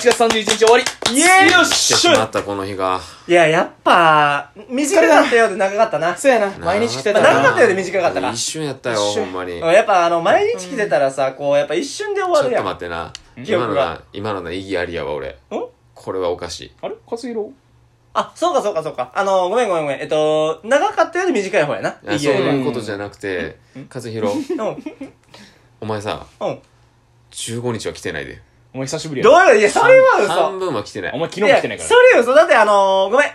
月31日終わりイエーイよっ来てししまゃったこの日が。いや、やっぱ、短かったようで長かったな。そうやな。毎日来てまたあ、な長かったようで短かったな一。瞬やったよ、一ほ瞬んまに。ちょやっぱあの、毎日来てたらさ、こう、やっぱ一瞬で終わっるやとん。待ってな。記今憶のがな、今のな意義ありやわ、俺。んこれはおかしい。あれ勝弘あ、そうかそうかそうか。あの、ごめんごめんごめん。えっと、長かったようで短い方やな。いやいそうやいやいうことじゃなくて、和う弘、ん。お前さ、うん。 15日は来てないで。お前久しぶりやどうなよ、いや、それは嘘半。分は来てなおい。前昨日も来てないからやそれ嘘。だってあのー、ごめん。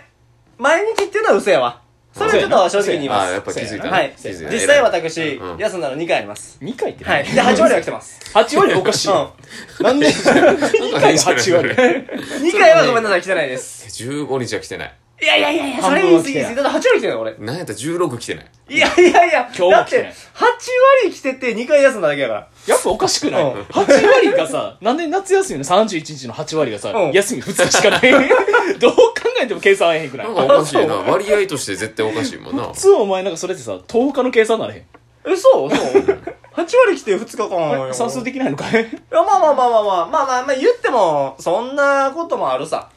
毎日っていうのは嘘やわ。それはちょっと正直に言いあまあ、やすっ。ぱ気づいたそうなはやいな気づいた。実際偉い私うん、休んだの2回あります。 2回ってはねい。で、8割は来てます。 8割おかしいよなんで2回 で8割2回はごめんなさい、来てないです。 15日は来てない。いやいやいやいや、そ半れ分言はい過来てぎですないぎ。だって8割来てるの俺。なんやったら16来てない。いやいやいや、今日だもっ来てなてい、 8割来てて2回休んだだけやから。やっぱおかしくないうん ?8 割がさ、なんで夏休みの31日の8割がさう、ん休み2日しかない。 どう考えても計算合えへんくないなん普かおかしいな。割合として絶対おかしい もんな。通お前なんかそれってさ、10日の計算なれへん。嘘そう ?8 割来て2日間あよ れ算数いできないのかいや、まあまあまあまあまあ、まあまあまあ言っても、そんなこともあるさ。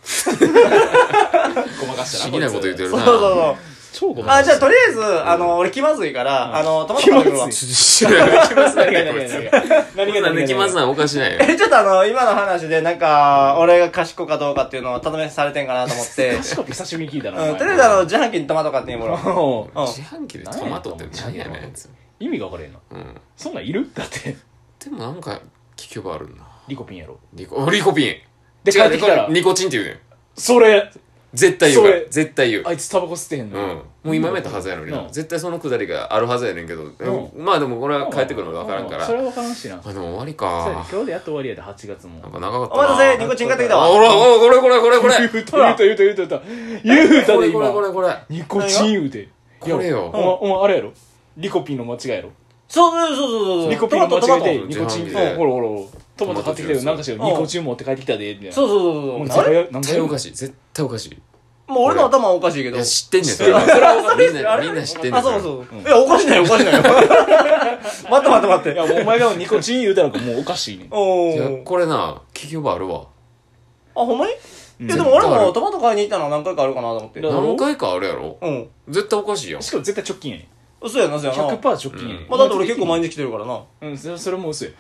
ごまか不した思な。議なこと言ってる。るそうな。そうそう。超ごまあ、かじゃあした。とりあえず、あの、俺気まずいから、あの、友達食べてくるわ気まず知らない。気まずい。何が何が何がこん何なんができますなんおかしないよ。 え、ちょっとあの、今の話で、なんか、俺が賢いかどうかっていうのをただめされてんかなと思 って、 しかも久しぶりに聞いたな。うおん、前とりあえずあの、自販機にトマト買ってもらう。うんうん自販機でトマトって何やねん。意味が分からへんな。うん。そんなんいるだって、でもなんか、聞けばあるな。リコピンやろ。リコ、 おリコピン。で、帰違っうてね、きこたれら、ニコチンって言うねん。それ、絶対言うかそられ。絶対言う。あいつタバコ吸ってへんうん。の。もう今やめたはずやのになう。ん絶対そのくだりがあるはずやねんけど。うまあでも俺は帰ってくるのがわからんかうら。それは分からんしな。あ、でも終わりそうやかね。今日でやっと終わりやで、8月もなん。か長かったおな。待たせ、ニコチン買ってきたあ、わ。ほら、おいこれこれこれこれ。言うた、言うた、言うた、言うた。言うたこでれこれこ今。れこれ。ニコチン言うて。これよいやお前、お前あれやろ。リコピンの間違いやろ。そうそうそうそうそう。リコピンのトマト間違いトマで、トニコチン。自販う機んでほらほらほら。トマト買ってきたけど、トなマんトかジしュら、ーニスコチン持って帰ってきたで、みたいな。。そううそうもそうう何そう。あ回れや、何回絶対やおかしい。絶対おかしい。もう俺の頭はおかしいけいど。や、知ってんねん、それは。みんな、みんな知ってんねあ、ん。そそれうそう。いや、おかしないよ、おかしないよ。待って待って待っいや、て。。もうお前がニコチン言うたらもうおかしいねおいやー。これな、企業場あるわ。あ、ほんまにうんいや、でも俺もトマト買いに行ったのは何回かあるかなと思ってだ。から何回かあるやろうん。絶対おかしいやん。しかも絶対直近やね嘘やな、嘘やな。 100%直近やねうんまあだって俺結構毎日来てるからな。うん、それそれも薄い。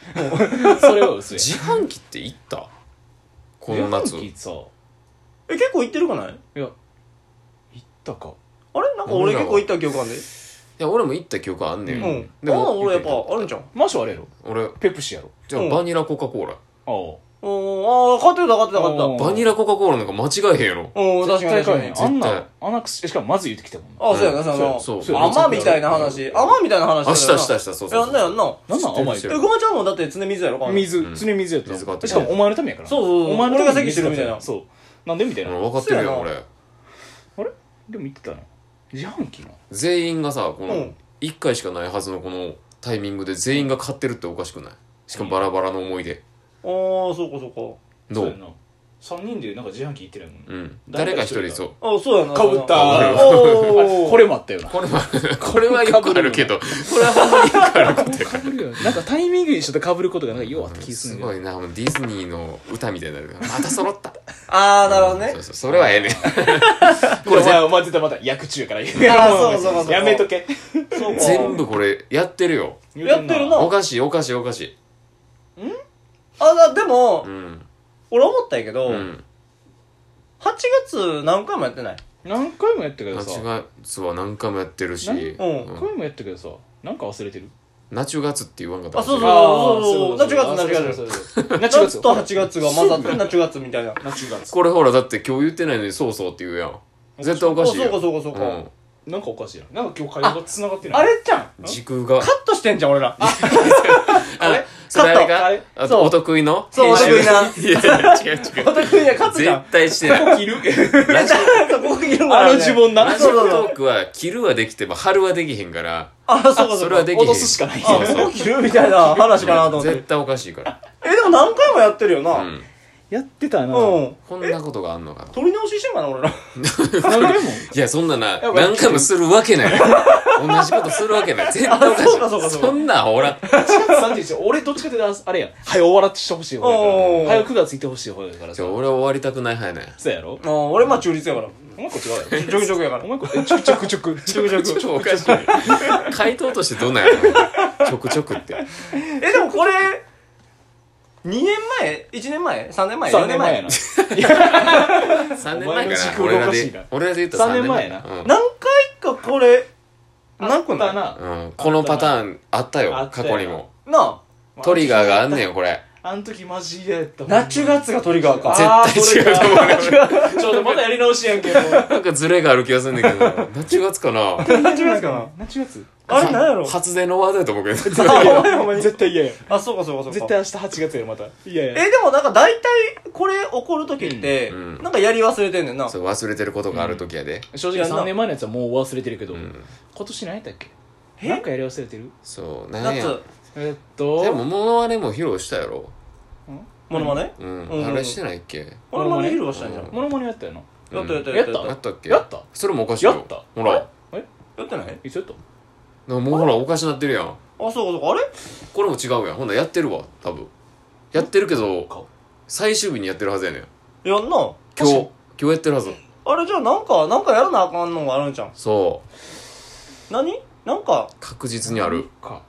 それは薄い。自販機って行ったこの夏。自販機さ、え、結構行ってるかないいや、行ったか。あれなんか俺結構行った記憶あんで。いや、俺も行った記憶あんねん。うん。でああ、も、俺やっぱあるんじゃん。マーションあれやろ俺、ペプシやろじゃあうんバニラコカ・コーラ。ああ。おー、ああ、買ってた買ってた買ってた。うんバニラコカ・コーラなんか間違えへんやろ。うん、確かに確かに絶。対あん絶な、あんなくししかもまず言ってきたもんな。あ、そうやな、うんそうやな。そうそう甘みたいな話。甘みたいな話だあ、よな。したしたした、そうそうやそんう。なやんな。なんなん甘いっ知っててえ、るごまちゃんもだって常水やろか水、ん常に水やった水買ってきしたかもお前のためやから。そうそうそうお前のため俺が席してるみたいな水買ったそう。なんでみたいな。俺あ分かってるやん、そうや俺。れでも言ってたな。自販機な。全員がさ、こうのん、 1回しかないはずのこのタイミングで全員が買ってるっておかしくないしかもバラバラの思い出。あー、そうかそどそうやうな。3人でなんか自販機行ってるやもんうね。ん。誰か一人そう。うか。あ、そうやな。かぶったあー。おー。 これもあったよな。これは、これはよくあるけど、これはかぶるよねなんかタイミング一緒でかぶることがなんかようあった気すすんねんけごいな、もうディズニーの歌みたいになるからまた揃った。あー、なるほどねそう。そう、それはええねん。こど。れお全前、お前絶対また役中やから言う あーそうそうそうそうやめとけ。そうか。全部これやってるよ。やってるなおかしい、おかしい、おかしい。あ、だでもう、ん。俺思ったんやけど、う8ん。月何回もやってない何回もやったけどさ。ナチュは何回もやってるし、なうんうん声もやったけどさなんか忘れてるナチュガツって言わんかったあそうそうあナチュガツナチュガツツナチュガ夏ツと8月が混ざって夏月みたいな。ナチュガツこれほら、だって今日言ってないのにそうそうって言うやん。絶対おあ、かそうしいよ。かそうかそうか。うなんかおかしいななんか今日会話が繋がってないあれじゃんん。時空がカ。ットしてんじゃん、俺ら。あれそれあれあかれあそうお得意のそうお得意ない やいや、違う違おう。得意やカットじゃん。絶対してな い。切るラジオ、ここ切るんだあからのね呪文なラジオトークは、切るはできても、貼るはできへんから、あ、そうかそうか。それはできへ落ん。とすしかないあ、ここ切るみたいな話かなと思って 絶。対おかしいから。え、でも何回もやってるよな。うん。やってたな。うん。こんなことがあんのかな取り直ししてんかな、 俺ら。何回も。いやそんななやばい何回もするわ けない同じことするわけない絶対おかしいあそうかそうかそうかんなんほら4月31日、俺どっちかというと、あれや。早終わらってしてほしい方おやーから。早9月行ってほしい方やからじさゃ。あ俺は終わりたくない派やねそうやろあ俺まあ中立やから。お前こっち側やろ。ちょくちょくやかおら。前こっち、ちょくちょくちょく。ちょくちょく。超おかしい 回答としてどんなんやろちょくちょくってえ、でもこれ、2年前 ?1 年前 ?3 年前3年 ?4 前年前やな。 3年お前前の時かな空が俺らおかしいでな俺らで言ったら3年前三年な何回かこれ、なくあったないな。うん、うんこのパターンあったあよった過よ去にもなトリガーがあんねんよこれあの時マジでやったあ。ナチュガッツがトリガーか。あー絶対違うと思うそれかちょっとまたやり直しやんけ、もう。なんかズレがある気がするんだけど 何ち月かなナチュガッツかな。何ち月あれなんやろ発電のワードやと思うけどあ、お前お前絶対嫌や。あ、そうかそうかそうか。絶対明日8月や、また。いやいや。え、でもなんか大体これ起こる時って、うんうんなんかやり忘れてんねんな。そう忘れてることがある時やで、正い直やな3年前のやつはもう忘れてるけど、うん今年何やったっけえなんかやり忘れてるそうなんや夏、えっとでもモノマネも披露したやろモノマネうん、うんあれしてないっけモノマネ披露したんじゃん。モノマネやったよなやったやったやったややっったっけやったそれもおかしいよやったほらやってないいつやったなもうほらおかしなってるやんあ、そうかそうか。あれこれも違うやんほんならやってるわ多分やってるけど最終日にやってるはずやねんやんな。今日今日やってるはずあれじゃあなんか、なんかやらなあかんのがあるんじゃん。そう何なんか、確実にあるか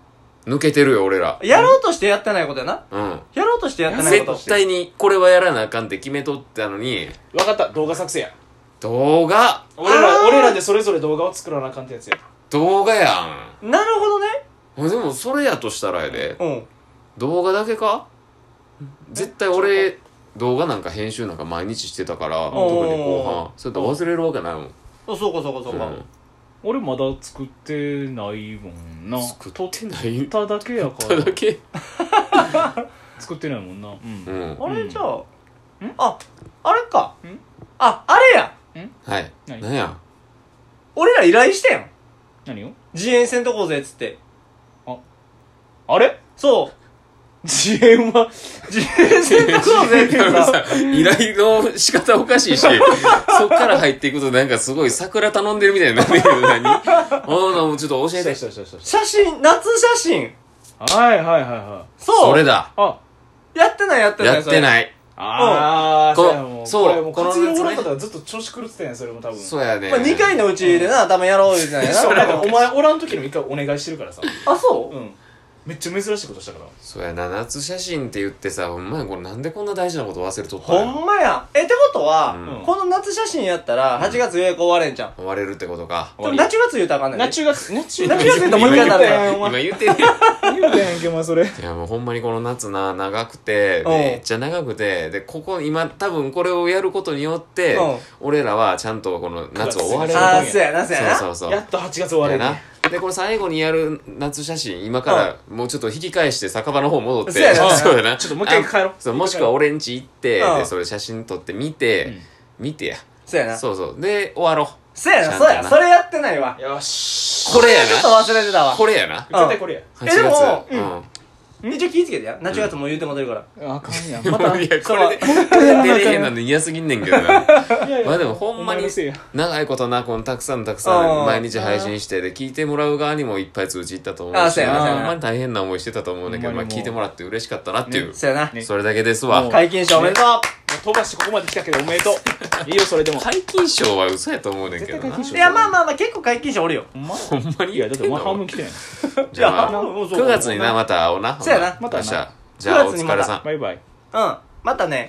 抜けてるよ俺らやろうとしてやってないことやな。うんやろうとしてやってないこと。絶対にこれはやらなあかんって決めとったのに分かった動画作成や動画俺あらー俺らでそれぞれ動画を作らなあかんってやつや動画やなるほどね。んでもそれやとしたらやでうん。動画だけか絶対俺動画なんか編集なんか毎日してたから特におー後半それと忘れるわけないもんあそうかそうかそうか。俺まだ作ってないもんな作ってないただけやかたらだけ作ってないもんなうんうんあれじゃあ、んあ、あれかん。あ、あれやはい何なんや俺ら依頼してん何を自演せんとこうぜっつって。あれ そう。自演は自衛戦闘 こうぜってさ、さ依頼の仕方おかしいし、そっから入っていくとなんかすごい桜頼んでるみたいになってるけど、何ああ、もうちょっと教えて。たしたしたし写真、夏写真。たはいはいはいはいそう。それだ。あやってないやってない。やってい。ない。ああこのそそううやもうこれもうこ活の用おらんかったらずっと調子狂ってたやんそれも多分そうやね。まあ、2回のうちでな、多分やろうみたいな。そうなんかお前おらん時にも一回お願いしてるからさあ、そううんめっちゃ珍しいことしたからそうやな、夏写真って言ってさ、ほんまにこれなんでこんな大事なこと忘れとったんほやんまや。え、ってことは、うんこの夏写真やったら、8月予約終われんじゃん。終われるってことか。終わりナチュ月言うたらあかんねナんで。チュがナチュナチュがついたらもう一回やったら今言ってね。い言うてへんけお前それやもうほんまにこの夏な、長くて、うんめっちゃ長くて、で、ここ今多分これをやることによってうん、俺らはちゃんとこの夏を終われるああー、そうやな、そうやな。そうそうそう。やっと8月終われるやなでこれ最後にやる夏写真今からもうちょっと引き返して酒場の方戻ってそうやな そうやなちょっともう一回帰ろうあそうもしくは俺ん家行ってうんでそれ写真撮って見て見てそうややな。そそうそうで終わろうやな、そうや。それやってないわ。よしうこれやちょっとな忘れてたわ。これやな絶対これや8えでも月ううん一応気ぃつけてや。ナチュ月も言うてもてるから。あかんやんまた いいやこれでやらなあかん出れへんなんで嫌すぎんねんけどなやいまあやでもほんまお前にのせいや長いことなこのたくさんたくさうんん毎日配信してで聞いてもらう側にもいっぱい通知いったと思うあしそうやなそうやなほんまに大変な思いしてたと思うんだけどほんままあにもう聞いてもらって嬉しかったなっていうそうやな。ねそれだけですわもう解禁賞おめでとう。飛ばしてここまで来たけどおめでとういいよそれでも解禁賞は嘘やと思うねんけど絶対な解禁いや、まあまあまあ、結構解禁賞おるよ。ほんまほんまにいやだってお前半分来てないじゃあいやもうそう9月になまた会おうなそうやなほまんならたなよっしゃじゃあ9お月に疲またれさんバイバイうん。またね。